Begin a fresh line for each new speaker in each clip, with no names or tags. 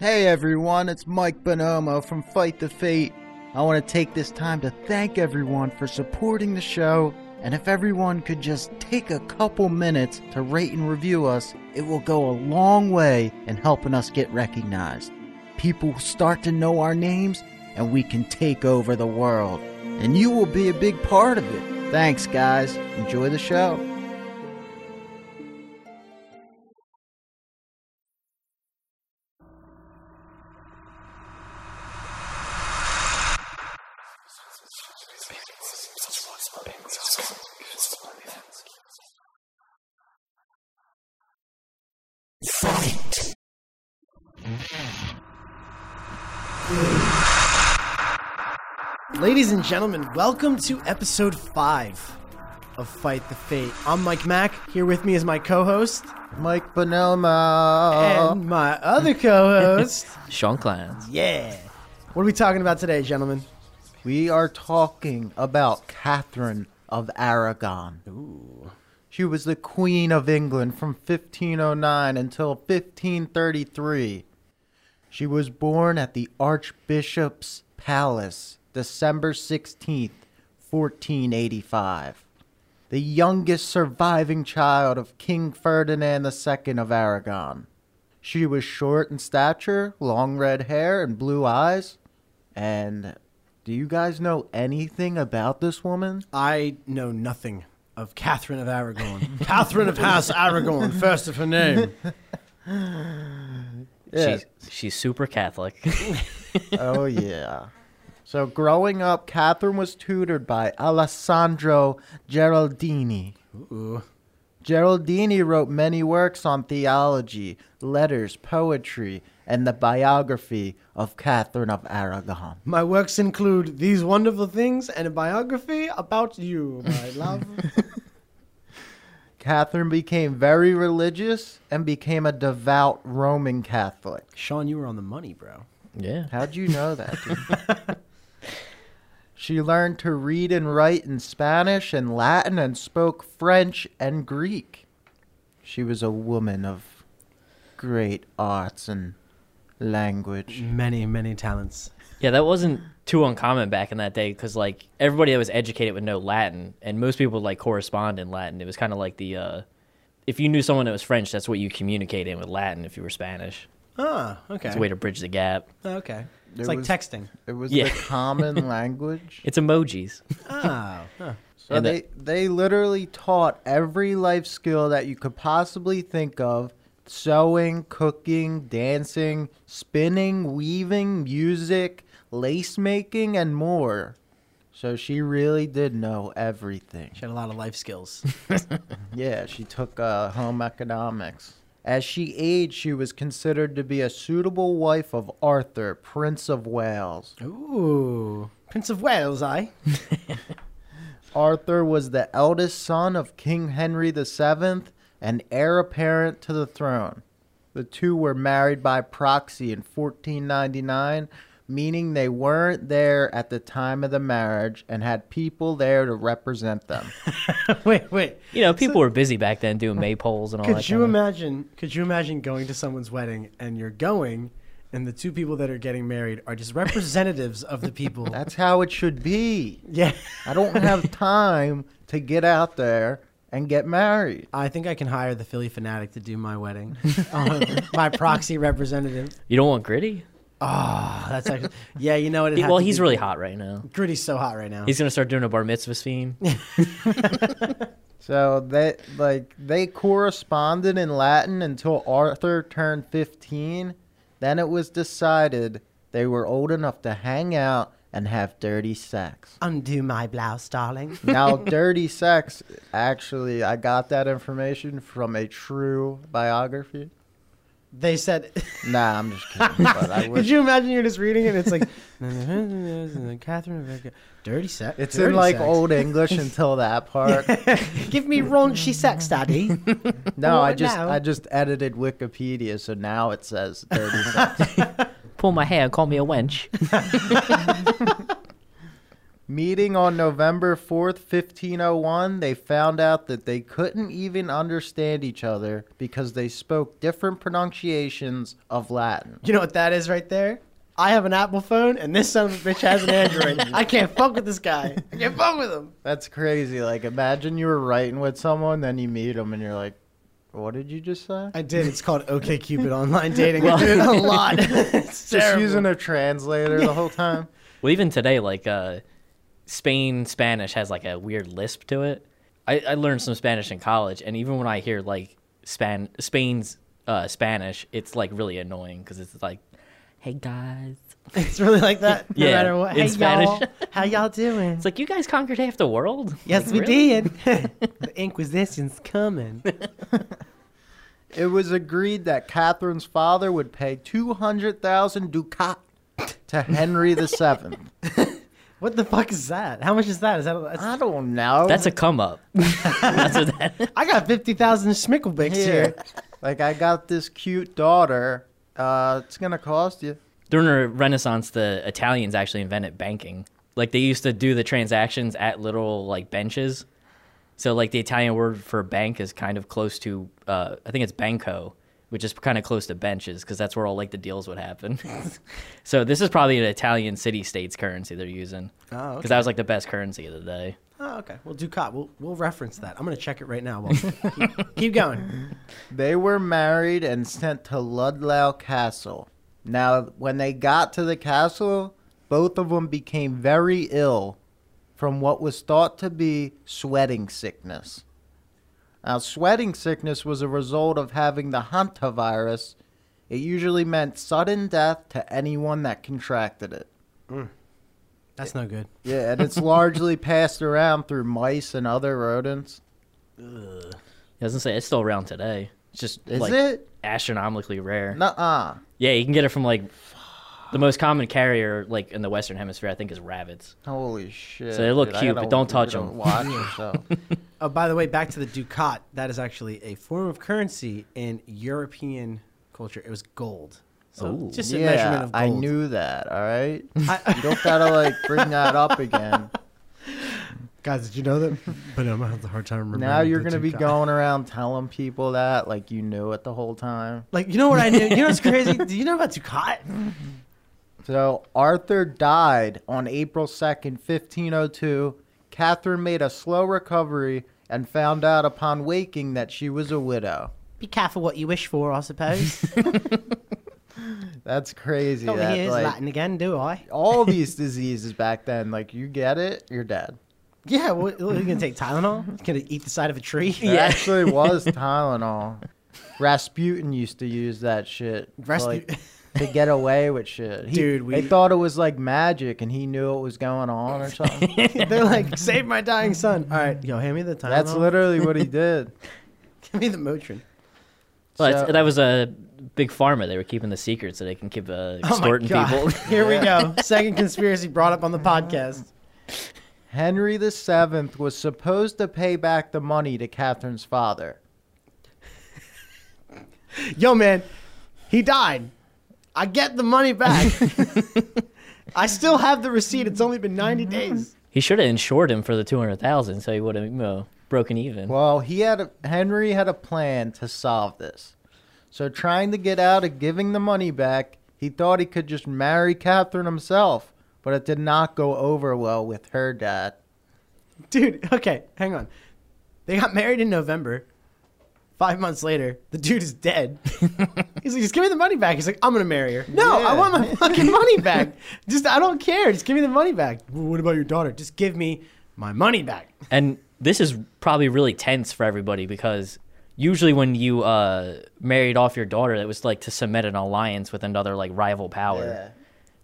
Hey everyone, it's Mike Bonomo from Fight the Fate. I want to take this time to thank everyone for supporting the show, and if everyone could just take a couple minutes to rate and review us, it will go a long way in helping us get recognized. People start to know our names, and we can take over the world. And you will be a big part of it. Thanks, guys. Enjoy the show.
Ladies and gentlemen, welcome to episode five of Fight the Fate. I'm Mike Mack. Here with me is my co-host
Mike Bonomo.
and my other co-host.
Sean Clowns.
yeah. What are we talking about today, gentlemen?
We are talking about Catherine of Aragon. Ooh. She was the Queen of England from 1509 until 1533. She was born at the Archbishop's Palace December 16th, 1485. The youngest surviving child of King Ferdinand II of Aragon. She was short in stature, long red hair, and blue eyes. And do you guys know anything about this woman?
I know nothing of Catherine of Aragon. Catherine of House Aragon, first of her name.
Yes.
She's, she's super Catholic.
oh yeah. So growing up, Catherine was tutored by Alessandro Geraldini.
Ooh.
Geraldini wrote many works on theology, letters, poetry, and the biography of Catherine of Aragon.
My works include these wonderful things and a biography about you, my love.
Catherine became very religious and became a devout Roman Catholic.
Sean, you were on the money, bro.
yeah.
How'd you know that? dude? she learned to read and write in Spanish and Latin and spoke French and Greek. She was a woman of great arts and language.
Many, many talents.
Yeah, that wasn't too uncommon back in that day because, like, everybody that was educated would know Latin, and most people would, like, correspond in Latin. It was kind of like the, uh, if you knew someone that was French, that's what you communicate in with Latin if you were Spanish.
Ah, okay.
It's a way to bridge the gap.
Okay. It's
There
like
was-
texting.
It was
Yeah.
the common language.
It's emojis.
Oh. huh.
So
And
they, they literally taught every life skill that you could possibly think of sewing, cooking, dancing, spinning, weaving, music, lace making, and more. So she really did know everything.
She had a lot of life skills.
Yeah, she took uh, home economics. As she aged, she was considered to be a suitable wife of Arthur, Prince of Wales.
Ooh. Prince of Wales, I.
Arthur was the eldest son of King Henry VII and heir apparent to the throne. The two were married by proxy in 1499, meaning they weren't there at the time of the marriage and had people there to represent them.
wait, wait. Oh,
You know, people were busy back then doing maypoles and all that.
Could you
kind of-
imagine could you imagine going to someone's wedding and you're going and the two people that are getting married are just representatives of the people.
That's how it should be.
yeah.
I don't have time to get out there and get married.
I think I can hire the Philly fanatic to do my wedding. Um, my proxy representative.
You don't want Gritty?
Oh, that's actually Yeah, you know what it
Well, he's really hot right now.
Gritty's so hot right now.
He's going to start doing a bar mitzvah theme.
So they like they corresponded in Latin until Arthur turned 15. Then it was decided they were old enough to hang out and have dirty sex.
Undo my blouse, darling.
Now, dirty sex actually I got that information from a true biography.
They said
Nah, I'm just kidding. but I
Could
wish
you imagine you're just reading it and it's like Catherine of Aragon. Dirty sex.
it's
dirty
in like
sex.
old English until that part.
Give me raunchy sex, daddy.
No, I
What
just
now?
I just edited Wikipedia, so now it says dirty sex.
Pull my hair, call me a wench.
Meeting on November 4th, 1501, they found out that they couldn't even understand each other because they spoke different pronunciations of Latin.
You know what that is right there? I have an Apple phone, and this son of a bitch has an Android. I can't fuck with this guy. I can't fuck with him.
That's crazy. Like, imagine you were writing with someone, then you meet them, and you're like, what did you just say?
I did. It's called OKCupid online dating. I do it a lot. it's
Just
terrible.
using a translator the whole time.
Well, even today, like uh, Spain Spanish has like a weird lisp to it. I, I learned some Spanish in college, and even when I hear like Span Spain's uh, Spanish, it's like really annoying because it's like, "Hey guys,"
It's really like that. No
Yeah,
matter what.
in
Hey y'all,
Spanish.
how y'all doing?
it's like you guys conquered half the world.
yes,
Like,
we
really?
did. the Inquisition's coming.
It was agreed that Catherine's father would pay 200,000 ducat to Henry the Seventh.
What the fuck is that? How much is that? Is that? That's,
I don't know.
That's a come up. That's what that
I got fifty thousand schmickelbicks
here.
here.
like I got this cute daughter. Uh, it's gonna cost you.
during the Renaissance, the Italians actually invented banking. Like they used to do the transactions at little like benches. So like the Italian word for bank is kind of close to, uh, I think it's banco, which is kind of close to benches because that's where all like the deals would happen. so this is probably an Italian city states currency they're using because
Ah,
Oh,
that was like the best currency of the day.
Oh, okay. Well, Ducat, we'll, we'll reference that. I'm gonna check it right now. Well, keep, keep going.
They were married and sent to Ludlow Castle. Now, when they got to the castle, both of them became very ill from what was thought to be sweating sickness. Now, sweating sickness was a result of having the hantavirus. It usually meant sudden death to anyone that contracted it.
That's no good.
Yeah, and it's largely passed around through mice and other rodents.
It doesn't say it's still around today. It's just
Is
like
it?
astronomically rare.
Nuh-uh.
Yeah, you can get it from like the most common carrier like in the Western Hemisphere. I think is rabbits.
Holy shit.
So they look
I
cute,
gotta-
but don't
you
touch
gotta
'em.
Watch yourself.
Oh, by the way, back to the ducat. That is actually a form of currency in European culture. It was gold. So
Ooh.
just a measurement
yeah,
of gold.
I knew that, all right?
I-
you don't gotta, like, bring that up again.
Guys, did you know that? But I'm gonna have a hard time remembering.
Now you're
the
gonna be
ducat.
going around telling people that, like, you knew it the whole time.
Like you know what I knew? You know what's crazy? Do you know about ducat?
So, Arthur died on April 2nd, 1502. Catherine made a slow recovery and found out upon waking that she was a widow.
Be careful what you wish for, I suppose.
That's crazy.
Don't
that,
hear his
like,
Latin again, do I?
all these diseases back then, like, you get it, you're dead.
Yeah, well, you gonna take Tylenol? Gonna eat the side of a tree?
There actually was Tylenol. Rasputin used to use that shit to,
Raspu-
like, to get away with shit. He-
Dude, we-
they thought it was like magic, and he knew what was going on or something.
They're like, save my dying son. All right, yo, hand me the Tylenol.
That's literally what he did.
Give me the Motrin.
Well, it's-
So-
that was a big pharma. They were keeping the secret so they can keep
Oh
uh, extorting people.
Oh Here we go. Second conspiracy brought up on the podcast.
Henry the Seventh was supposed to pay back the money to Catherine's father.
Yo, man, he died. I get the money back. I still have the receipt. It's only been 90 days.
he should have insured him for the two hundred thousand, so he would have you know, broken even.
Well, he had a, Henry had a plan to solve this. So, trying to get out of giving the money back, he thought he could just marry Catherine himself, but it did not go over well with her dad.
Dude, okay, hang on. They got married in November. Five months later, the dude is dead. He's like, just give me the money back. He's like, I'm gonna marry her. No, I
Yeah.
want my fucking money back. Just I don't care. Just give me the money back. "Well, What about your daughter? Just give me my money back.
And this is probably really tense for everybody because usually when you uh, married off your daughter, it was like to cement an alliance with another like rival power.
Yeah.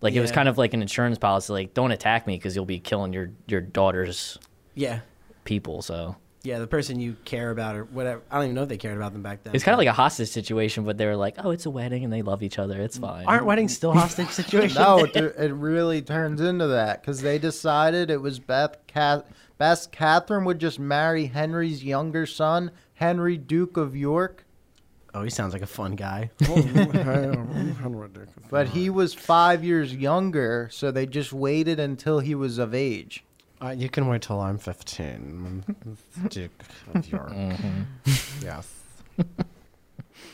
Like it was
Yeah.
kind of like an insurance policy. Like don't attack me because you'll be killing your your daughter's
Yeah.
people. So
Yeah, the person you care about or whatever. I don't even know if they cared about them back then.
it's kind of like a hostage situation, but they were like, oh, it's a wedding and they love each other.
Mm.
It's fine.
Aren't weddings still hostage situations?
No, it, it really turns into that because they decided it was Beth Ca- Best Catherine would just marry Henry's younger son, Henry Duke of York,
Oh, he sounds like a fun guy.
but he was five years younger, so they just waited until he was of age.
Uh, you can wait till I'm 15. Dick of your. Yes.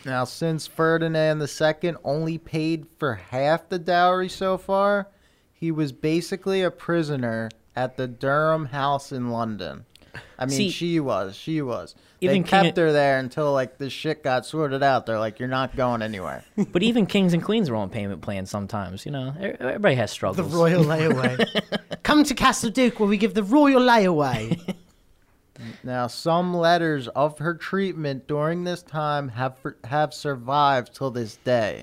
Now, since Ferdinand II only paid for half the dowry so far, he was basically a prisoner at the Durham house in London. I mean,
See-
she was. She was. They
Even King-
kept her there until, like, this shit got sorted out. They're like, you're not going anywhere.
But even kings and queens were on payment plans sometimes. You know, E- everybody has
The
struggles.
royal layaway. Come to Castle Duke where we give the royal layaway.
Now, some letters of her treatment during this time have have survived till this day,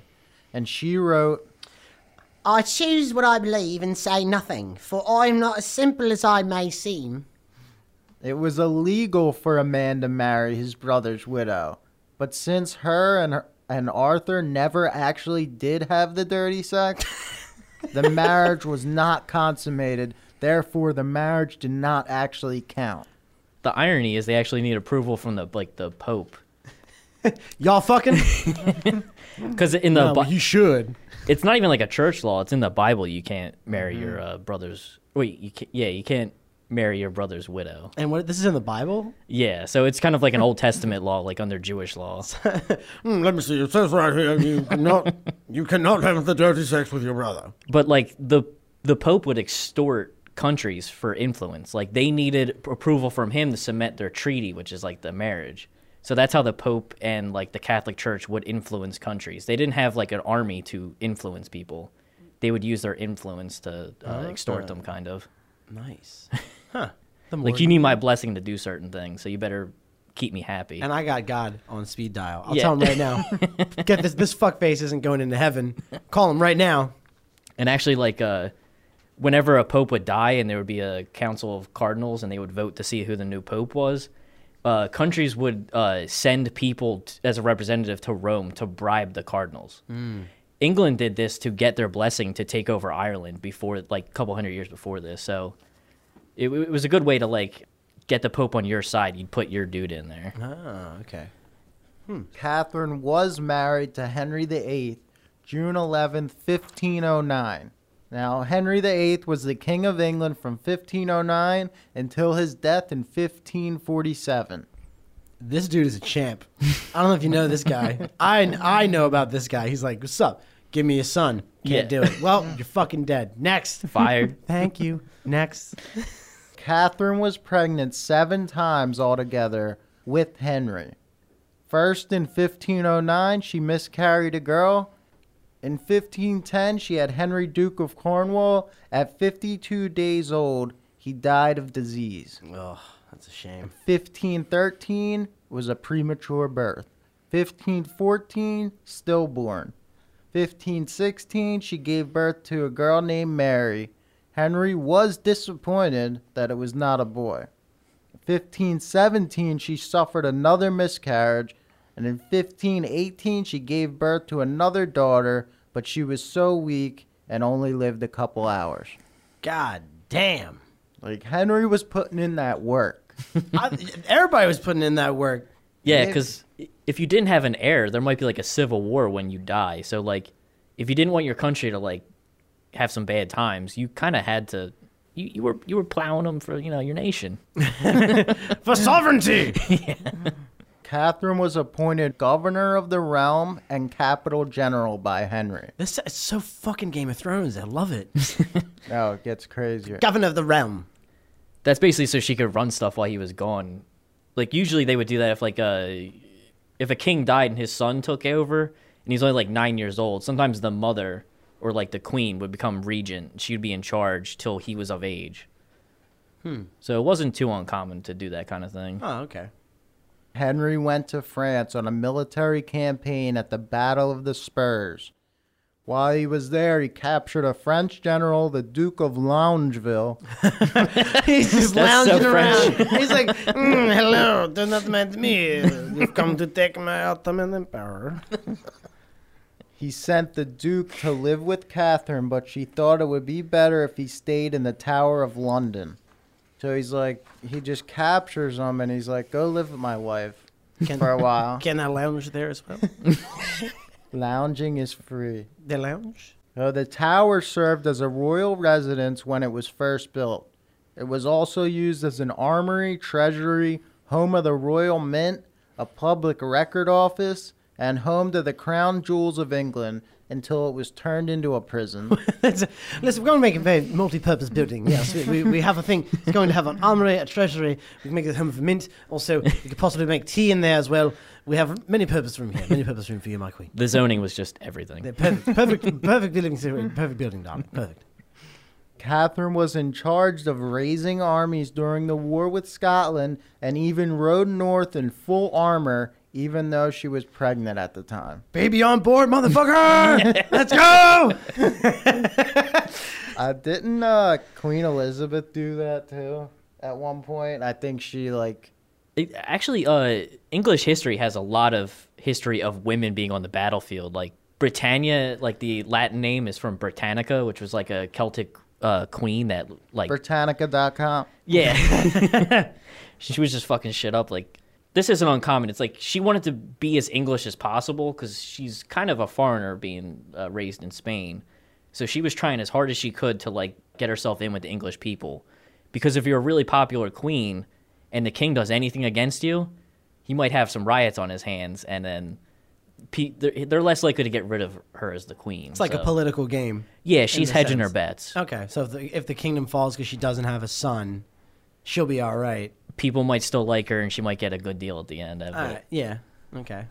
and she wrote,
I choose what I believe and say nothing, for I am not as simple as I may seem.
"It was illegal for a man to marry his brother's widow, but since her and her, and Arthur never actually did have the dirty sex, the marriage was not consummated. Therefore, the marriage did not actually count."
The irony is they actually need approval from the like the pope
Y'all fucking?
because in the Bi-
should.
it's not even like a church law. It's in the Bible. You can't marry your
Mm-hmm.
uh, brother's. Wait, you can, yeah, you can't marry your brother's widow.
And what? This is in the Bible?
Yeah, so it's kind of like an Old Testament law, like under Jewish law.
Hmm, let me see. It says right here you cannot, you cannot have the dirty sex with your brother.
But like the the Pope would extort countries for influence. Like they needed p- approval from him to cement their treaty, which is like the marriage. So that's how the Pope and like the Catholic Church would influence countries. They didn't have like an army to influence people. They would use their influence to uh, extort them, kind of.
Nice. Huh. The more
Like you need my blessing to do certain things, so you better keep me happy.
and I got God on speed dial. I'll
Yeah.
tell him right now. Get this. This fuckface isn't going into heaven. Call him right now.
And actually, like, uh, whenever a pope would die and there would be a council of cardinals and they would vote to see who the new pope was, uh, countries would uh, send people t- as a representative to Rome to bribe the cardinals. England did this to get their blessing to take over Ireland before, like, a couple hundred years before this. So it, it was a good way to, like, get the pope on your side. You'd put your dude in there.
Oh, okay.
Catherine was married to Henry VIII, June 11, 1509. Now, Henry VIII was the King of England from 1509 until his death in 1547.
This dude is a champ. I don't know if you know this guy. I I know about this guy. He's like, what's up? Give me a son. Can't
Yeah.
do it. Well, you're fucking dead. Next.
Fired.
Thank you. Next.
Catherine was pregnant seven times altogether with Henry. First in 1509, she miscarried a girl. In 1510, she had Henry, Duke of Cornwall. At 52 days old, he died of disease.
Oh, that's a shame.
1513 was a premature birth. 1514 stillborn. 1516 she gave birth to a girl named Mary. Henry was disappointed that it was not a boy. 1517 she suffered another miscarriage and in 1518 she gave birth to another daughter, but she was so weak and only lived a couple hours.
God damn.
Like Henry was putting in that work.
I, everybody was putting in that work.
Yeah,
Maybe-
because if you didn't have an heir, there might be like a civil war when you die. So like, if you didn't want your country to like have some bad times, you kind of had to. You, you were you were plowing them for you know your nation.
For sovereignty.
Catherine was appointed governor of the realm and capital general by Henry.
this is so fucking Game of Thrones. I love it.
Oh, it gets crazier.
Governor of the realm.
That's basically so she could run stuff while he was gone. Like usually they would do that if like a if a king died and his son took over and he's only like nine years old. Sometimes the mother or like the queen would become regent. She'd be in charge till he was of age. Hmm. So it wasn't too uncommon to do that kind of thing.
Oh, okay.
Henry went to France on a military campaign at the Battle of the Spurs. While he was there, he captured a French general, the Duke of Loungeville.
He's just
That's so
lounging around.
French.
He's like,
Mm, hello, do not mind me. You've come to take my Ottoman empire.
He sent the Duke to live with Catherine, but she thought it would be better if he stayed in the Tower of London. So he's like, he just captures him and he's like, go live with my wife
Can-
for a while.
can I lounge there as well?
Lounging is free.
The lounge?
Uh, the tower served as a royal residence when it was first built. It was also used as an armory, treasury, home of the Royal Mint, a public record office, and home to the crown jewels of England until it was turned into a prison.
It's a- Listen, we're going to make a very multi-purpose building. Yes, we, we, we have a thing. It's going to have an armory, a treasury. We can make it home for mint. Also, we could possibly make tea in there as well. We have many purpose room here. Many purpose room for you, my queen.
The zoning was just everything.
They're perfect, perfect, perfect building. situation, Perfect building, darling. Perfect.
Catherine was in charge of raising armies during the war with Scotland and even rode north in full armor, even though she was pregnant at the time.
Baby on board, motherfucker. Let's go.
Uh, didn't uh, Queen Elizabeth do that too at one point? I think she like
It- actually, uh, English history has a lot of history of women being on the battlefield. Like Britannia, like the Latin name is from Britannica, which was like a Celtic uh, queen that like
Britannica.com.
Yeah. she was just fucking shit up. Like, this isn't uncommon. It's like she wanted to be as English as possible because she's kind of a foreigner being uh, raised in Spain. So she was trying as hard as she could to, like, get herself in with the English people. Because if you're a really popular queen and the king does anything against you, he might have some riots on his hands and then. pe- They're they're less likely to get rid of her as the queen.
It's like a political game.
yeah. She's
a
hedging
sense.
her bets.
Okay, so if the, if the kingdom falls because she doesn't have a son, she'll be all right.
People might still like her, and she might get a good deal at the end. Of
All
it.
right. Yeah. Okay.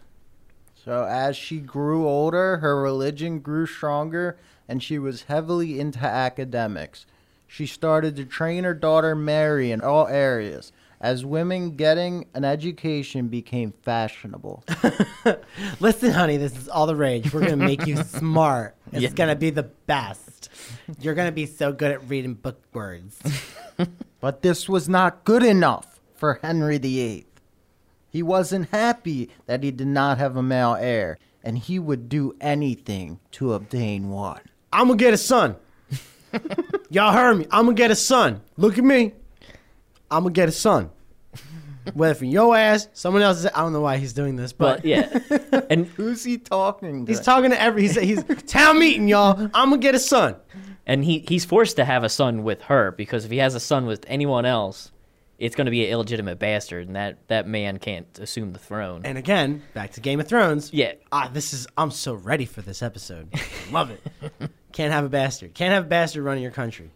So as she grew older, her religion grew stronger, and she was heavily into academics. She started to train her daughter Mary in all areas, as women getting an education became fashionable.
Listen, honey, this is all the rage. We're gonna make you smart. It's gonna be the best. You're gonna be so good at reading book words.
But this was not good enough for Henry VIII. He wasn't happy that he did not have a male heir, and he would do anything to obtain one.
I'm gonna get a son. Y'all heard me. I'm gonna get a son. Look at me. I'm gonna get a son. Whether from your ass, someone else's. I don't know why he's doing this, but,
But yeah, and
Who's he talking to?
he's talking to every. He's, he's town meeting, y'all. I'm gonna get a son.
and he he's forced to have a son with her because if he has a son with anyone else, it's going to be an illegitimate bastard, and that that man can't assume the throne.
And again, back to Game of Thrones.
Yeah.
Ah, this is I'm so ready for this episode. Love it. Can't have a bastard. Can't have a bastard running your country.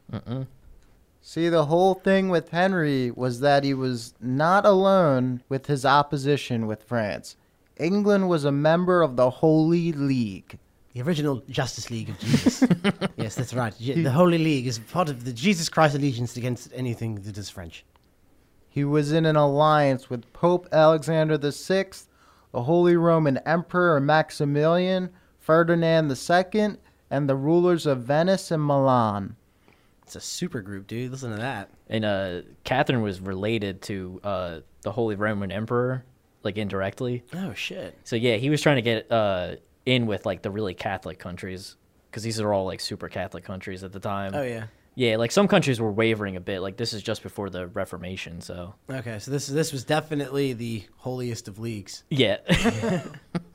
See, the whole thing with Henry was that he was not alone with his opposition with France. England was a member of the Holy League.
The original Justice League of Jesus. yes, that's right. Je- The Holy League is part of the Jesus Christ allegiance against anything that is French.
He was in an alliance with Pope Alexander VI, the Holy Roman Emperor Maximilian, Ferdinand II, and the rulers of Venice and Milan.
It's a super group, dude. Listen to that.
And uh, Catherine was related to uh, the Holy Roman Emperor, like indirectly.
Oh shit.
So yeah, he was trying to get uh, in with like the really Catholic countries because these are all like super Catholic countries at the time.
Oh yeah.
Yeah, like some countries were wavering a bit. Like this is just before the Reformation, so
Okay, so this is this was definitely the holiest of leagues.
yeah.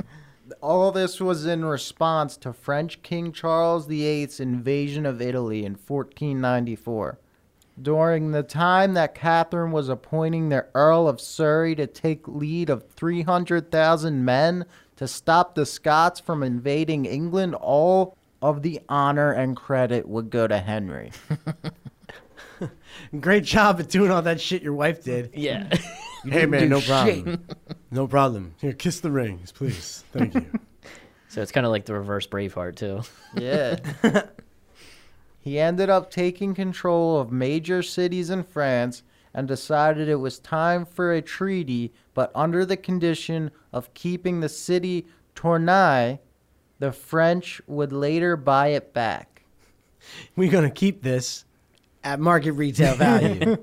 All this was in response to French King Charles VIII's invasion of Italy in 1494. During the time that Catherine was appointing the Earl of Surrey to take lead of 300,000 men to stop the Scots from invading England, all of the honor and credit would go to Henry.
Great job at doing all that shit your wife did.
yeah.
Hey, man, no problem.
No problem. Here, kiss the rings, please. Thank you.
So it's kind of like the reverse Braveheart too.
Yeah. he ended up taking control of major cities in France and decided it was time for a treaty, but under the condition of keeping the city Tournai, the French would later buy it back.
We're gonna keep this at market retail value.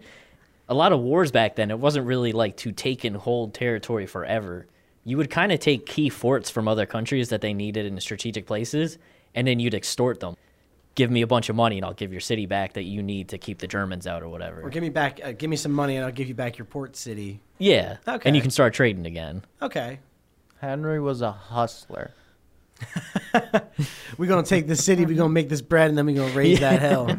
a lot of wars back then, it wasn't really like to take and hold territory forever. You would kind of take key forts from other countries that they needed in strategic places, and then you'd extort them. Give me a bunch of money, and I'll give your city back that you need to keep the Germans out or whatever.
or give me back, uh, give me some money, and I'll give you back your port city.
yeah.
Okay.
And you can start trading again.
Okay,
Henry was a hustler.
we're gonna take this city, we're gonna make this bread, and then we're gonna raise that hell.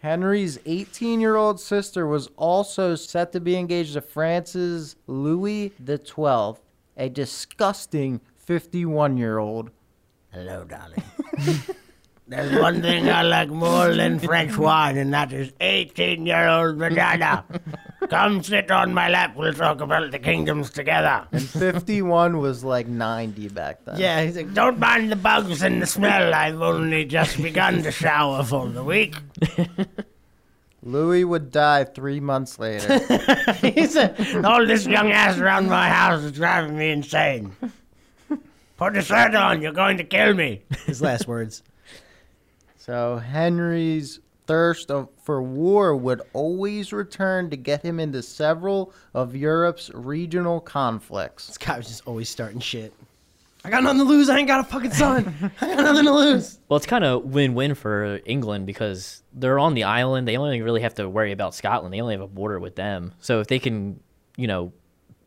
Henry's 18 year old sister was also set to be engaged to Francis Louis XII, a disgusting 51 year old.
Hello, darling.
There's one thing I like more than French wine, and that is 18 year old vagina. Come sit on my lap, we'll talk about the kingdoms together.
And 51 was like 90 back then.
Yeah, he's like,
Don't mind the bugs and the smell. I've only just begun to shower for the week.
Louis would die three months later.
he's a,
All this young ass around my house is driving me insane. Put a shirt on. You're going to kill me.
his last words.
So Henry's thirst of, for war would always return to get him into several of Europe's regional conflicts.
This guy was just always starting shit. I got nothing to lose. I ain't got a fucking son. I got nothing to lose.
Well, it's kind of win-win for England because they're on the island. They only really have to worry about Scotland. They only have a border with them. So if they can, you know,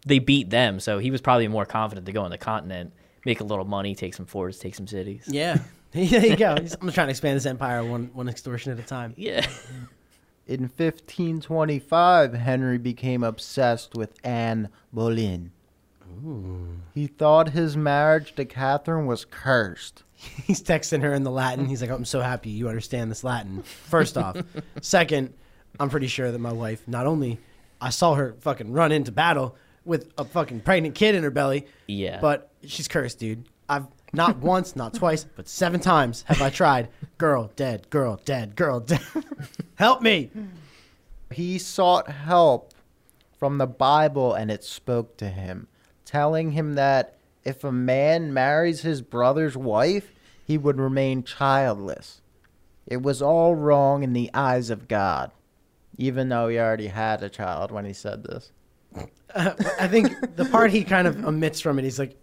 they beat them. So he was probably more confident to go on the continent, make a little money, take some forts, take some cities.
Yeah. there you go. He's- I'm trying to expand this empire one, one extortion at a time.
Yeah.
In 1525, Henry became obsessed with Anne Boleyn. He thought his marriage to Catherine was cursed.
He's texting her in the Latin. He's like, I'm so happy you understand this Latin. First off. Second, I'm pretty sure that my wife, not only I saw her fucking run into battle with a fucking pregnant kid in her belly,
Yeah.
but she's cursed, dude. I've not once, not twice, but seven times have I tried. Girl dead, girl dead, girl dead. Help me.
He sought help from the Bible and it spoke to him, telling him that if a man marries his brother's wife, he would remain childless. It was all wrong in the eyes of God, even though he already had a child when he said this.
I think the part he kind of omits from it, he's like,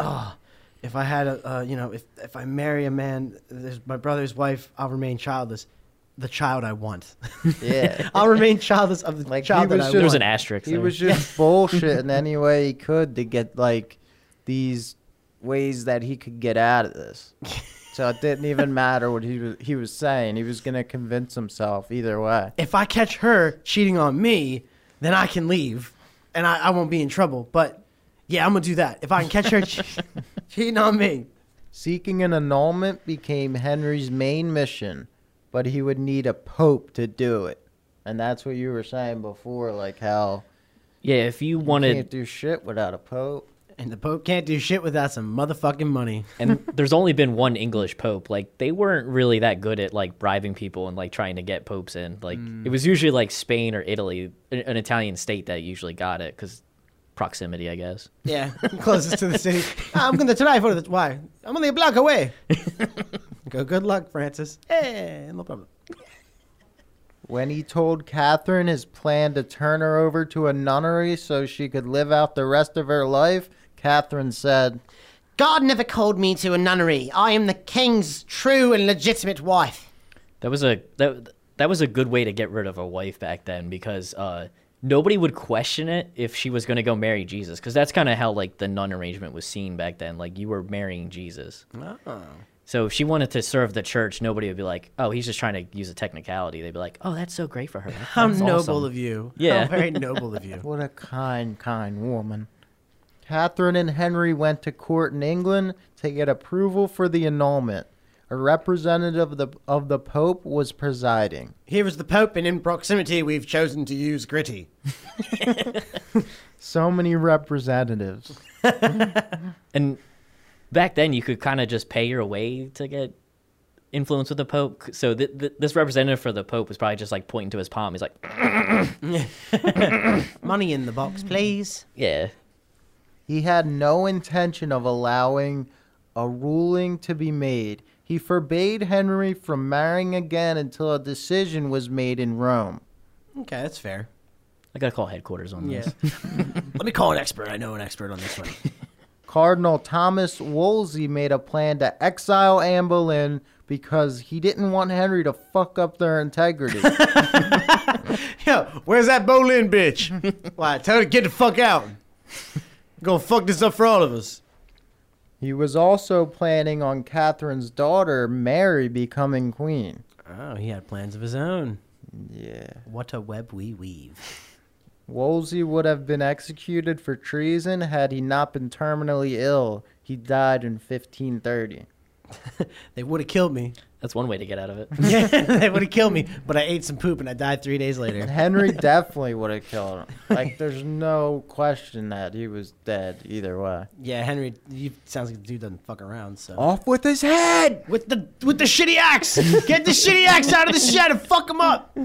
oh, if I had a, uh, you know, if, if I marry a man, there's my brother's wife, I'll remain childless. The child I want.
Yeah.
I'll remain childless of the
Like, he
child that
was
I
just-
there was
want.
an asterisk.
he
there.
was just bullshit in any way he could to get, like, these ways that he could get out of this. So it didn't even matter what he was, he was saying. He was going to convince himself either way.
if I catch her cheating on me, then I can leave and I, I won't be in trouble. But yeah, I'm going to do that. If I can catch her che- cheating on me.
Seeking an annulment became Henry's main mission, but he would need a pope to do it. And that's what you were saying before, like how
yeah. If you
you
wanted,
can't do shit without a pope.
And the Pope can't do shit without some motherfucking money.
and there's only been one English pope. Like they weren't really that good at like bribing people and like trying to get popes in. Like
Mm.
it was usually like Spain or Italy, an- an Italian state that usually got it because proximity, I guess.
Yeah, closest to the city. I'm gonna try for the Why? I'm only a block away. Go. Good luck, Francis. Hey, no problem.
When he told Catherine his plan to turn her over to a nunnery so she could live out the rest of her life, Catherine said,
God never called me to a nunnery. I am the king's true and legitimate wife.
That was a that that was a good way to get rid of a wife back then because uh, nobody would question it if she was going to go marry Jesus because that's kind of how like the nun arrangement was seen back then. Like you were marrying Jesus.
Oh.
So if she wanted to serve the church, nobody would be like, "Oh, he's just trying to use a technicality." They'd be like, "Oh, that's so great for her. That's
How noble
awesome."
of you.
Yeah.
How very noble of you.
What a kind, kind woman. Catherine and Henry went to court in England to get approval for the annulment. A representative of the, of the Pope was presiding.
Here is the Pope, and in proximity, we've chosen to use gritty.
So many representatives.
And back then, you could kind of just pay your way to get influence with the Pope. So th- th- this representative for the Pope was probably just like pointing to his palm. He's like,
Money in the box, please.
"Yeah,
He had no intention of allowing a ruling to be made. He forbade Henry from marrying again until a decision was made in Rome.
Okay, that's fair.
I gotta call headquarters on
Yeah.
this."
Let me call an expert. I know an expert on this one.
Cardinal Thomas Wolsey made a plan to exile Anne Boleyn because he didn't want Henry to fuck up their integrity.
Yo, where's that Bolin bitch? Why? Tell her to get the fuck out. Gonna fuck this up for all of us.
he was also planning on Catherine's daughter, Mary, becoming queen.
Oh, he had plans of his own.
Yeah.
What a web we weave.
Wolsey would have been executed for treason had he not been terminally ill. He died in 1530.
They would have killed me.
That's one way to get out of it.
Yeah, they would have killed me, but I ate some poop and I died three days later.
Henry definitely would have killed him. Like, there's no question that he was dead either way.
Yeah, Henry, you sounds like the dude doesn't fuck around. So
Off with his head!
with the with the shitty axe, get the shitty axe out of the shed and fuck him up.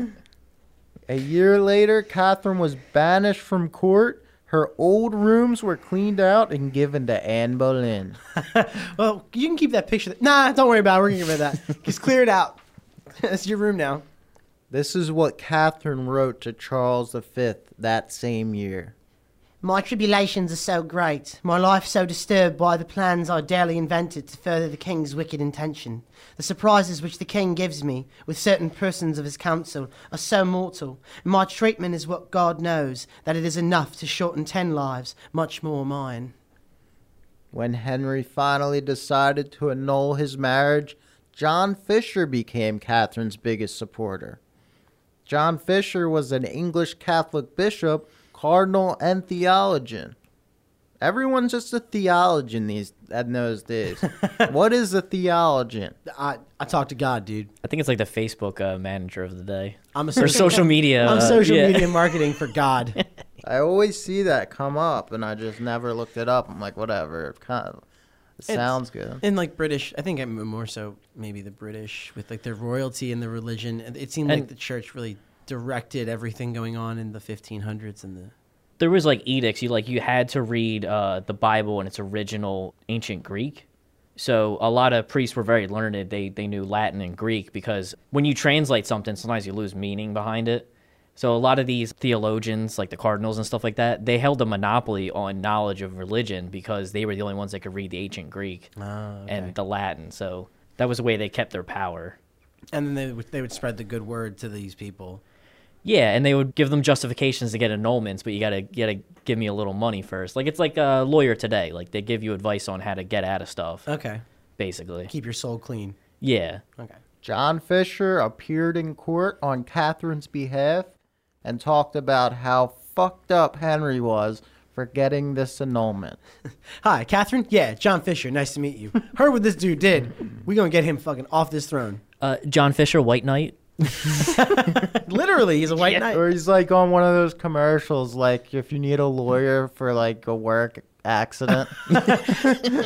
A year later, Catherine was banished from court. Her old rooms were cleaned out and given to Anne Boleyn.
Well, you can keep that picture. th- Nah, don't worry about it. We're gonna get rid of that. Just clear it out. That's your room now.
This is what Catherine wrote to Charles V that same year.
My tribulations are so great, my life so disturbed by the plans I daily invented to further the king's wicked intention. The surprises which the king gives me with certain persons of his council are so mortal, and my treatment is what God knows, that it is enough to shorten ten lives, much more mine.
When Henry finally decided to annul his marriage, John Fisher became Catherine's biggest supporter. John Fisher was an English Catholic bishop, cardinal, and theologian. Everyone's just a theologian these in those days. what is a theologian?
I I talk to God, dude.
I think it's like the Facebook uh, manager of the day.
I'm a
Or
social,
social media.
I'm
uh,
social
yeah.
media marketing for God.
I always see that come up, and I just never looked it up. I'm like, whatever. It kind of it
It's-
sounds good.
And like British, I think I'm more so maybe the British with like their royalty and their religion. It it seemed like
And-
the church really directed everything going on in the 1500s and the
There was like edicts. You like you had to read uh, the Bible in its original ancient Greek. So a lot of priests were very learned. They they knew Latin and Greek because when you translate something, sometimes you lose meaning behind it. So a lot of these theologians, like the cardinals and stuff like that, they held a monopoly on knowledge of religion because they were the only ones that could read the ancient Greek and the Latin. So that was the way they kept their power.
and then they would, they would spread the good word to these people.
Yeah, and they would give them justifications to get annulments, but you gotta you gotta give me a little money first. Like it's like a lawyer today. Like they give you advice on how to get out of stuff,
Okay,
basically.
keep your soul clean.
Yeah,
Okay,
John Fisher appeared in court on Catherine's behalf and talked about how fucked up Henry was for getting this annulment.
hi, Catherine. Yeah, John Fisher. Nice to meet you. Heard what this dude did. We gonna get him fucking off this throne.
uh, John Fisher, White Knight.
Literally, he's a white knight.
Or he's like on one of those commercials, like if you need a lawyer for like a work accident.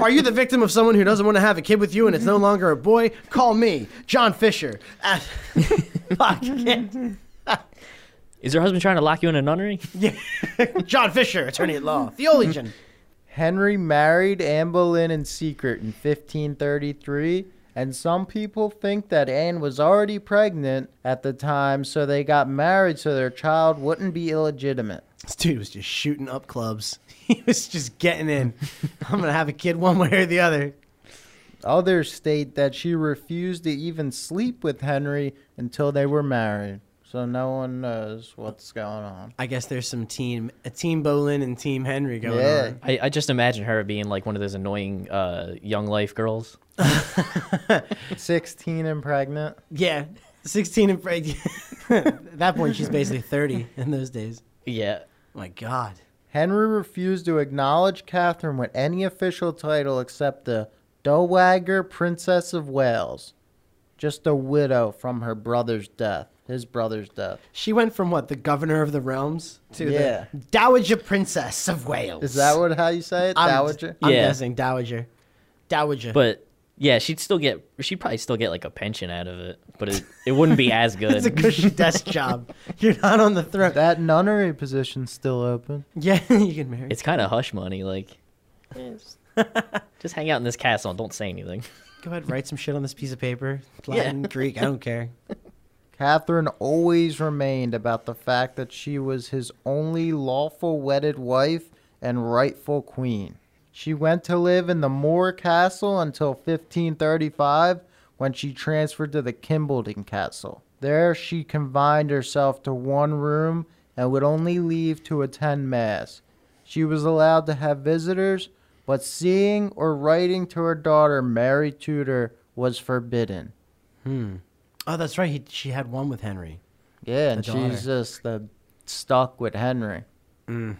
Are you the victim of someone who doesn't want to have a kid with you and it's no longer a boy? Call me, John Fisher. Ah, Fuck.
Is your husband trying to lock you in a nunnery?
John Fisher, attorney at law, theologian.
Henry married Anne Boleyn in secret in 1533, and some people think that Anne was already pregnant at the time, so they got married so their child wouldn't be illegitimate.
This dude was just shooting up clubs. He was just getting in. I'm gonna have a kid one way or the other.
Others state that she refused to even sleep with Henry until they were married. So no one knows what's going on.
I guess there's some team, a team Bolin and team Henry going
Yeah.
I, I just imagine her being like one of those annoying uh, young life girls.
16 and pregnant.
on. Yeah, 16 and pregnant. At that point, she's basically 30 in those days. Oh
Yeah,
my God.
Henry refused to acknowledge Catherine with any official title except the Dowager Princess of Wales, just a widow from her brother's death, his brother's death.
She went from what the governor of the realms to
Yeah.
the dowager princess of Wales.
Is that what how you say it?
I'm,
Dowager?
I'm
Yeah.
guessing dowager, dowager.
but yeah, she'd still get she'd probably still get like a pension out of it, but it, it wouldn't be as
it's a
good.
cushy desk job. You're not on the throne.
That nunnery position's still open.
yeah, you can marry.
It's kind of hush money. Like, just hang out in this castle and don't say anything.
Go ahead, write some shit on this piece of paper. Latin, Greek, I don't care.
Catherine always remained about the fact that she was his only lawful wedded wife and rightful queen. She went to live in the Moore Castle until 1535 when she transferred to the Kimbaldon Castle. There she confined herself to one room and would only leave to attend Mass. She was allowed to have visitors, but seeing or writing to her daughter Mary Tudor was forbidden.
Oh, that's right. He, she had one with Henry.
Yeah, and
the
she's just uh, stuck with Henry.
That's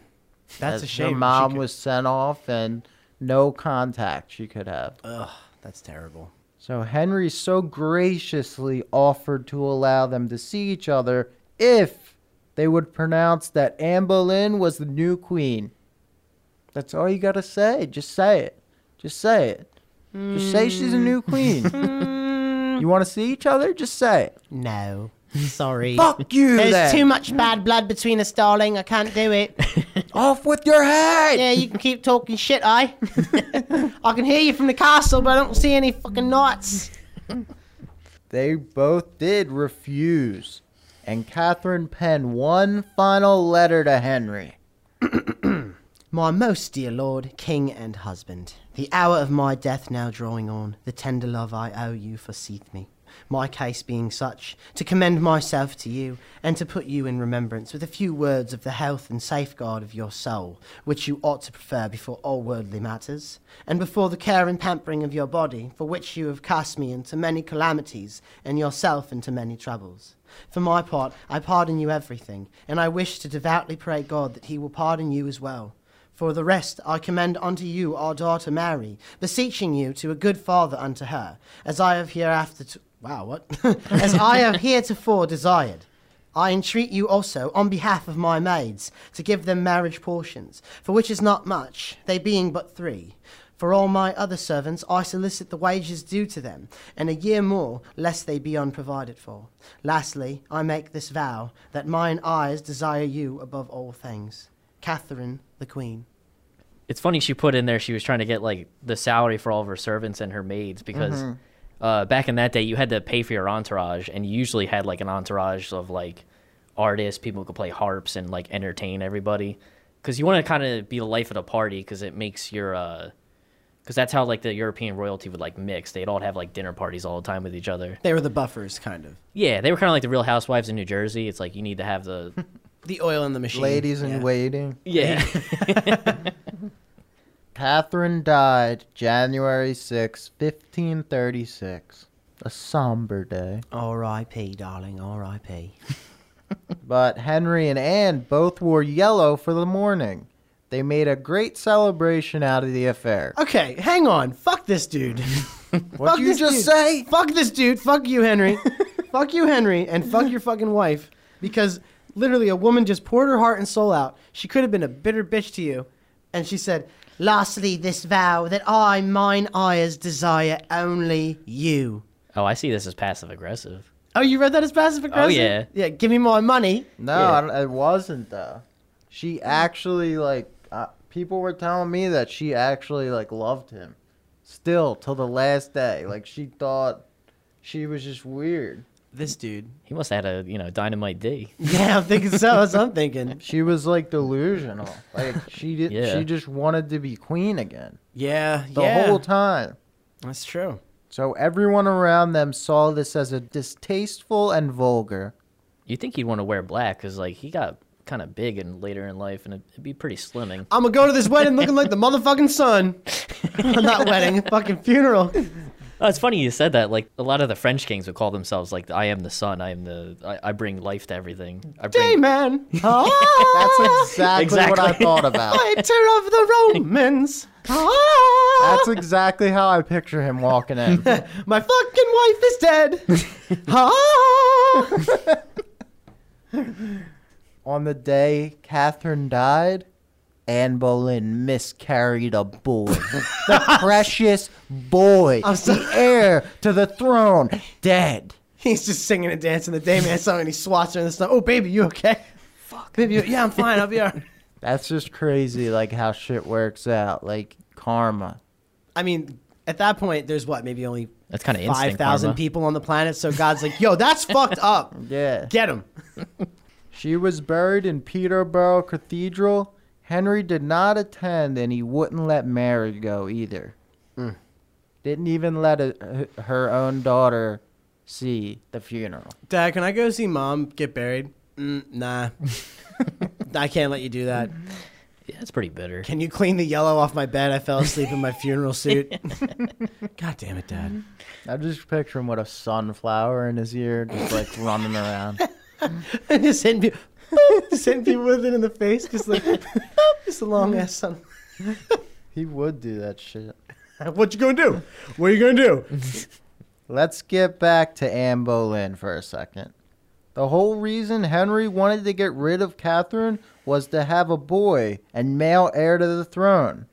As
a shame.
Her
She
mom
could-
was sent off and no contact she could have.
Ugh, that's terrible.
So Henry so graciously offered to allow them to see each other if they would pronounce that Anne Boleyn was the new queen. That's all you gotta say. Just say it. Just say it. Just say she's a
Hmm.
new queen. you wanna see each other? Just say it.
Mm. No. Sorry.
Fuck you
There's
then.
too much bad blood between us, darling. I can't do it.
Off with your head!
Yeah, you can keep talking shit, I. I can hear you from the castle, but I don't see any fucking knights.
They both did refuse. And Catherine penned one final letter to Henry.
My most dear lord, king and husband, the hour of my death now drawing on, the tender love I owe you forseeth me. My case being such, to commend myself to you, and to put you in remembrance with a few words of the health and safeguard of your soul, which you ought to prefer before all worldly matters, and before the care and pampering of your body, for which you have cast me into many calamities, and yourself into many troubles. For my part, I pardon you everything, and I wish to devoutly pray God that he will pardon you as well. For the rest, I commend unto you our daughter Mary, beseeching you to a good father unto her, as I have hereafter. To- wow, what? as I have heretofore desired. I entreat you also, on behalf of my maids, to give them marriage portions, for which is not much, they being but three. For all my other servants, I solicit the wages due to them, and a year more, lest they be unprovided for. Lastly, I make this vow, that mine eyes desire you above all things. Catherine the Queen.
it's funny she put in there she was trying to get like the salary for all of her servants and her maids because uh, back in that day you had to pay for your entourage and you usually had like an entourage of like artists people who could play harps and like entertain everybody because you want to kind of be the life of the party because it makes your uh because that's how like the european royalty would like mix they'd all have like dinner parties all the time with each other
They were the buffers, kind of.
yeah they were kind of like the real housewives in new jersey it's like you need to have the
The oil in the machine.
Ladies in
Yeah.
waiting.
yeah
Catherine died January 6, 1536. A somber day.
R.I.P., darling, R.I.P.
But Henry and Anne both wore yellow for the mourning. They made a great celebration out of the affair.
Okay, hang on. Fuck this dude.
What
fuck
did you
this
just
dude.
say?
fuck this dude. Fuck you, Henry. fuck you, Henry, and fuck your fucking wife. Because literally, a woman just poured her heart and soul out. She could have been a bitter bitch to you, and she said,
Lastly, this vow that I, mine eyes, desire only you.
oh i see this as passive aggressive
"Oh, you read that as passive aggressive?
yeah.
yeah. Give me my money."
No, I don't- it wasn't though. She actually like uh, people were telling me that she actually like loved him, still till the last day. Like she thought she was just weird.
This dude.
he must have had a you know dynamite d
Yeah, I'm thinking so. That's what I'm thinking.
She was like delusional. Like she did.
Yeah.
She just wanted to be queen again
Yeah,
the
yeah.
whole time.
That's true.
So everyone around them saw this as a distasteful and vulgar.
You think he'd want to wear black because like he got kind of big and later in life, and it'd be pretty slimming.
I'm gonna go to this wedding looking like the motherfucking sun. Not wedding, fucking funeral.
Oh, it's funny you said that. Like a lot of the French kings would call themselves like, "I am the sun. I am the. I, I bring life to everything. I bring."
Hey, man.
That's exactly, what I
Exactly.
thought about.
Fighter of the Romans. Ah!
That's exactly how I picture him walking in.
My fucking wife is dead. ah!
On the day Catherine died, Anne Boleyn miscarried a boy. the precious boy. the heir to the throne. Dead.
He's just singing and dancing the Day Man song, and he swats her in the stomach. Oh, baby, you okay? Fuck, baby, you, yeah, I'm fine. I'll be alright.
That's just crazy, like how shit works out. Like karma.
I mean, at that point, there's what maybe only
That's kind of
five
instinct.
thousand
karma.
people on the planet. So God's like, yo, that's fucked up.
Yeah.
Get him.
She was buried in Peterborough Cathedral. Henry did not attend, and he wouldn't let Mary go either. Mm. Didn't even let a, her own daughter see the funeral.
Dad, can I go see mom get buried? Mm, nah, I can't let you do that.
Yeah, it's pretty bitter.
Can you clean the yellow off my bed? I fell asleep in my funeral suit. God damn it, Dad.
I just picture him with a sunflower in his ear, just like running around.
and just hitting people, just hitting people with it in the face, just like just a long ass son.
He would do that shit.
What you gonna do? What you gonna do?
Let's get back to Anne Boleyn for a second. The whole reason Henry wanted to get rid of Catherine was to have a boy and male heir to the throne.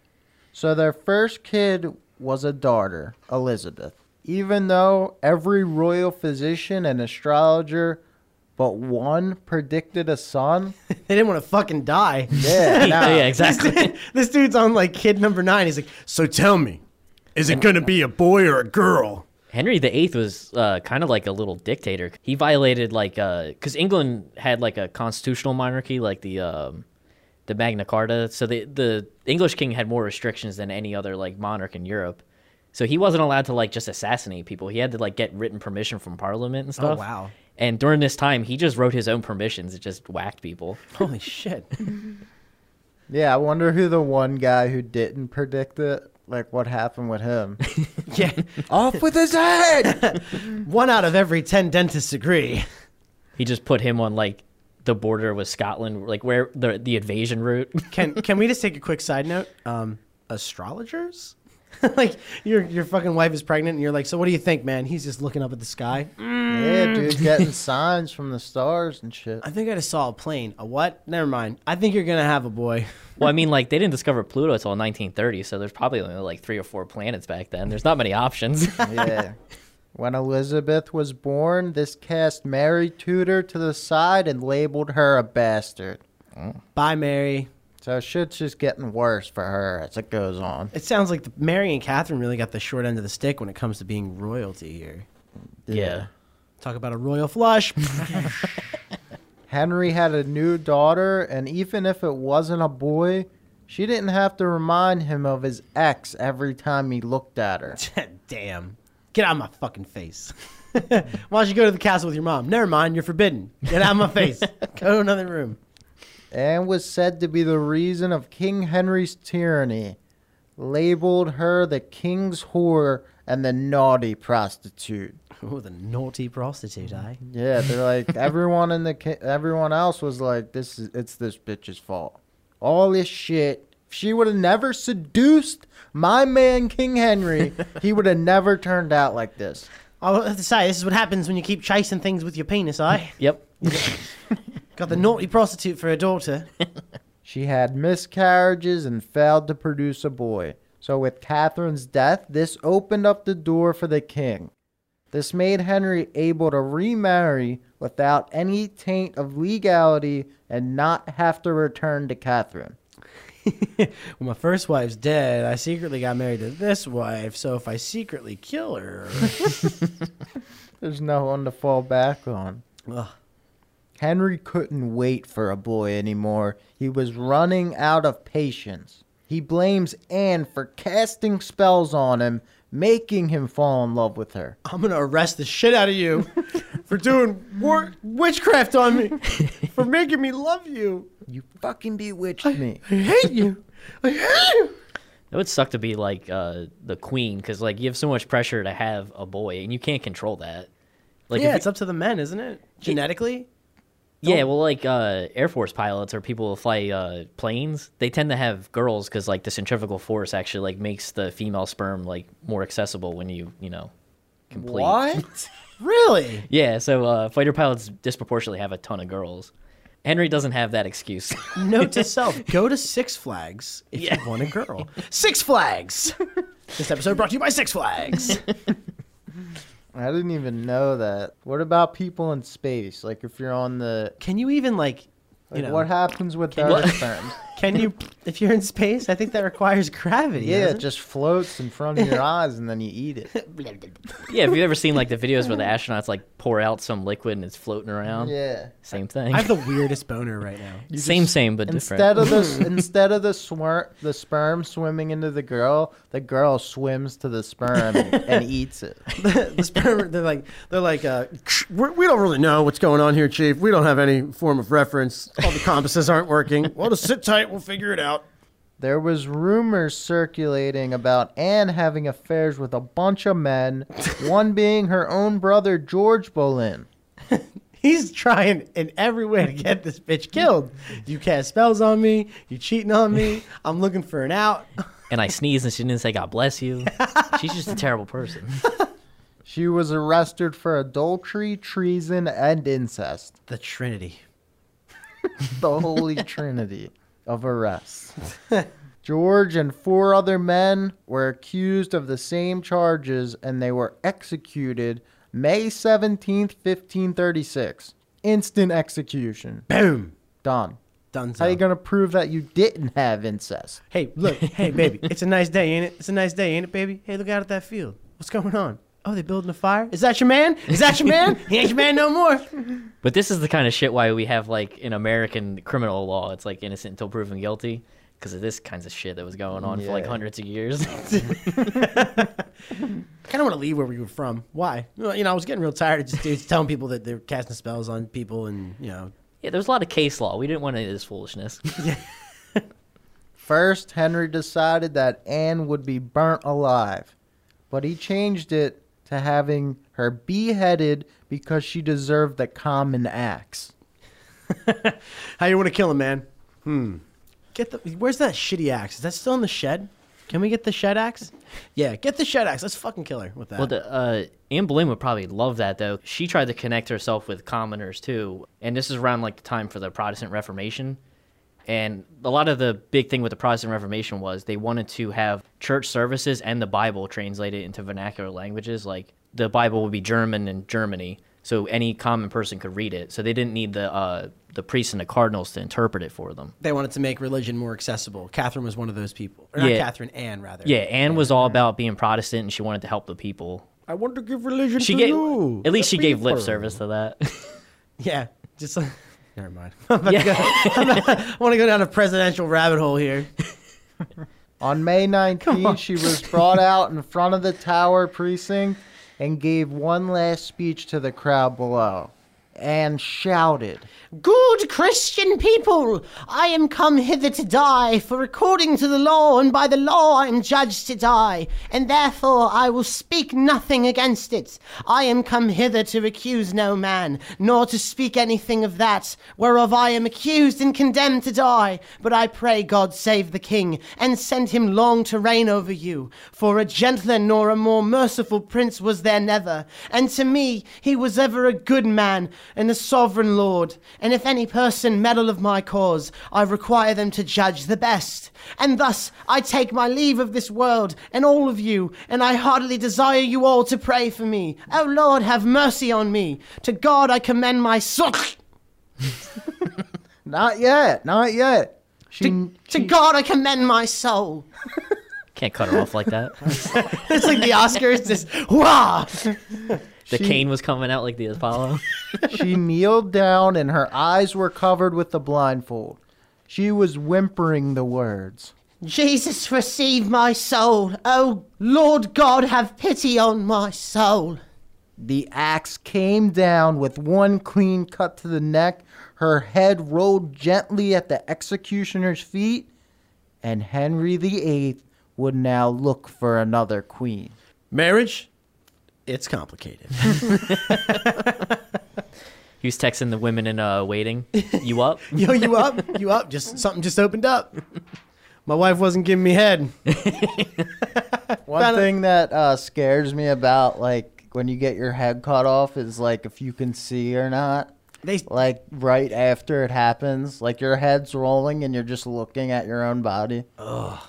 So their first kid was a daughter, Elizabeth. Even though every royal physician and astrologer but one predicted a son,
They didn't want to fucking die.
yeah, nah.
yeah, exactly.
this dude's on like kid number nine. He's like, so tell me, is it gonna be a boy or a girl?
Henry VIII was uh, kind of like a little dictator. He violated like because England had like a constitutional monarchy, like the um, the Magna Carta. So the the English king had more restrictions than any other like monarch in Europe. So he wasn't allowed to like just assassinate people. He had to like get written permission from Parliament and stuff.
Oh, wow.
And during this time, he just wrote his own permissions. It just whacked people.
Holy shit!
yeah, I wonder who the one guy who didn't predict it, like what happened with him.
Yeah,
Off with his head!
one out of every ten dentists agree.
He just put him on like the border with Scotland, like where the the invasion route.
Can can we just take a quick side note? Um, astrologers? like your your fucking wife is pregnant and you're like, so what do you think, man? He's just looking up at the sky.
Yeah, dude, getting signs from the stars and shit.
I think I just saw a plane. A what? Never mind. I think you're gonna have a boy.
Well, I mean, like they didn't discover Pluto until 1930, so there's probably only like three or four planets back then. There's not many options.
Yeah. When Elizabeth was born, this cast Mary Tudor to the side and labeled her a bastard.
Bye, Mary.
So shit's just getting worse for her as it goes on.
It sounds like the, Mary and Catherine really got the short end of the stick when it comes to being royalty here.
yeah.
Talk about a royal flush.
Henry had a new daughter, and even if it wasn't a boy, she didn't have to remind him of his ex every time he looked at her.
Damn. Get out of my fucking face. Why don't you go to the castle with your mom? Never mind. You're forbidden. Get out of my face. go to another room.
and was said to be the reason of King Henry's tyranny, labeled her the king's whore and the naughty prostitute.
Oh, the naughty prostitute, eh?
Yeah, they're like everyone in the ki- everyone else was like this is it's this bitch's fault. All this shit. If she would have never seduced my man King Henry, he would have never turned out like this.
I have to say, this is what happens when you keep chasing things with your penis, eh?
Yep.
Got the naughty prostitute for a daughter.
She had miscarriages and failed to produce a boy. So, with Catherine's death, this opened up the door for the king. This made Henry able to remarry without any taint of legality and not have to return to Catherine.
well, my first wife's dead. I secretly got married to this wife, so if I secretly kill her.
There's no one to fall back on.
Ugh.
Henry couldn't wait for a boy anymore. He was running out of patience. He blames Anne for casting spells on him, making him fall in love with her.
I'm gonna arrest the shit out of you for doing war- witchcraft on me, for making me love you.
You fucking bewitched me.
I hate you. I hate you.
It would suck to be like uh, the queen because like you have so much pressure to have a boy and you can't control that. Like if
yeah,
you-
it's up to the men, isn't it? Genetically,
yeah, well, like uh, Air Force pilots or people who fly uh, planes, they tend to have girls because like the centrifugal force actually like makes the female sperm like more accessible when you you know complete.
What?
really?
Yeah, so uh, fighter pilots disproportionately have a ton of girls. Henry doesn't have that excuse.
Note to self: go to Six Flags if you want a girl. Six Flags. this episode brought to you by Six Flags.
I didn't even know that. What about people in space? Like if you're on the
Can you even like,
like
you know,
what happens with their sperm?
can you if you're in space? I think that requires gravity.
Yeah,
doesn't
it just floats in front of your eyes and then you eat it.
Yeah, have you ever seen like the videos where the astronauts like pour out some liquid and it's floating around?
Yeah.
Same thing.
I have the weirdest boner right now.
same, same, but
Um, Instead
different.
of the s- instead of the swir- the sperm swimming into the girl, the girl swims to the sperm and, and eats it.
the sperm, they're like, they're like, uh,
We're, we don't really know what's going on here, Chief. We don't have any form of reference. All the compasses aren't working. Well, just sit tight. We'll figure it out.
There was rumors circulating about Anne having affairs with a bunch of men, one being her own brother George Boleyn.
He's trying in every way to get this bitch killed. You cast spells on me. You cheating on me. I'm looking for an out.
And I sneezed and she didn't say God bless you. She's just a terrible person.
She was arrested for adultery, treason, and incest.
The Trinity.
The holy trinity of arrests. George and four other men were accused of the same charges and they were executed May 17th, 1536. Instant execution.
Boom.
Done.
Done.
How you going to prove that you didn't have incest?
Hey, look, hey, baby, it's a nice day, ain't it? It's a nice day, ain't it, baby? Hey, look out at that field. What's going on? Oh, they building a fire? Is that your man? Is that your man? He ain't your man no more.
But this is the kind of shit why we have like in American criminal law, it's like innocent until proven guilty. Because of this kinds of shit that was going on for like
Yeah.
hundreds of years.
I kind of want to leave where we were from. Why? Well, you know, I was getting real tired of just dudes telling people that they're casting spells on people and, you know,
yeah, there was a lot of case law. We didn't want any of this foolishness.
First, Henry decided that Anne would be burnt alive, but he changed it to having her beheaded because she deserved the common axe.
how you want to kill him, man? Hmm. Get the. Where's that shitty axe? Is that still in the shed? Can we get the shed axe? Yeah, get the shed axe. Let's fucking kill her with that.
well, the, uh, Anne Boleyn would probably love that though. She tried to connect herself with commoners too, and this is around like the time for the Protestant Reformation. And a lot of the big thing with the Protestant Reformation was they wanted to have church services and the Bible translated into vernacular languages. Like the Bible would be German in Germany, so any common person could read it. So they didn't need the uh, the priests and the cardinals to interpret it for them.
they wanted to make religion more accessible. Catherine was one of those people. Or not
Yeah.
Catherine, Anne, rather.
Yeah, Anne was all about being Protestant, and she wanted to help the people.
I want to give religion
She
to
gave
you.
at least
the
she gave lip
people.
service to that.
Yeah, just like. Never mind. I'm about to go, I'm not- I want to go down a presidential rabbit hole here.
On May 19th, she was brought out in front of the tower precinct and gave one last speech to the crowd below and shouted,
Good Christian people, I am come hither to die, for according to the law and by the law I am judged to die, and therefore I will speak nothing against it. I am come hither to accuse no man, nor to speak anything of that whereof I am accused and condemned to die. But I pray God save the king, and send him long to reign over you, for a gentler nor a more merciful prince was there never, and to me he was ever a good man and a sovereign lord. And if any person meddle of my cause, I require them to judge the best. And thus I take my leave of this world and all of you, and I heartily desire you all to pray for me. O Lord, have mercy on me. To God I commend my soul.
Not yet, not yet. She,
to God I commend my soul.
Can't cut her off like that.
It's like the Oscars, just wah.
The
She-
cane was coming out like the Apollo.
she kneeled down and her eyes were covered with the blindfold. She was whimpering the words.
Jesus, receive my soul. O
Oh,
Lord God, have pity on my soul.
The axe came down with one clean cut to the neck. Her head rolled gently at the executioner's feet, and Henry VIII would now look for another queen.
Marriage, it's complicated.
he was texting the women in uh, waiting. You up?
Yo, you up? You up? Just something just opened up. My wife wasn't giving me head.
One thing that uh, scares me about like when you get your head cut off is like if you can see or not.
They
Like right after it happens, like your head's rolling and you're just looking at your own body.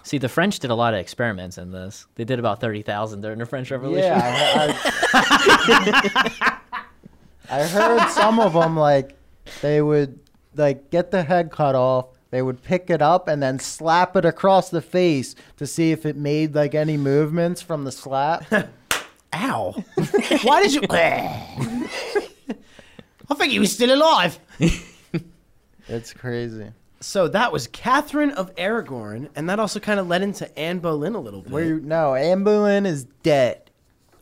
See, the French did a lot of experiments in this. They did about thirty thousand during the French Revolution.
Yeah, I, I, I heard some of them like they would like get the head cut off. They would pick it up and then slap it across the face to see if it made like any movements from the slap.
ow.
Why did you?
eh. I think he was still alive.
it's crazy.
So that was Catherine of Aragorn, and that also kind of led into Anne Boleyn a little bit.
Where you, no, Anne Boleyn is dead.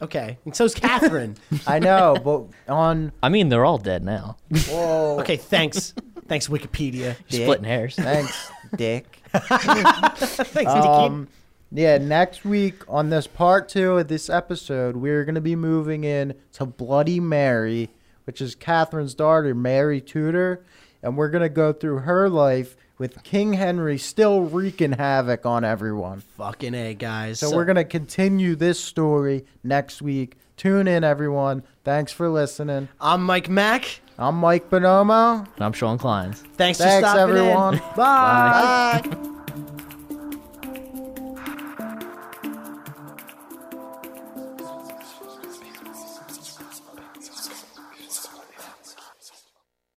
okay, and so's Catherine.
I know, but on
I mean, they're all dead now.
whoa,
okay, thanks, thanks Wikipedia.
dick.
Splitting hairs.
Thanks, Dick.
Thanks,
Um, yeah, next week on this part two of this episode, we're going to be moving in to Bloody Mary, which is Catherine's daughter, Mary Tudor, and we're gonna go through her life with King Henry still wreaking havoc on everyone.
Fucking A, guys.
So, we're gonna continue this story next week. Tune in, everyone. Thanks for listening.
I'm Mike Mack.
I'm Mike Bonomo.
And I'm Sean Kleins.
Thanks,
Thanks,
for stopping in.
everyone.
Bye.
Bye.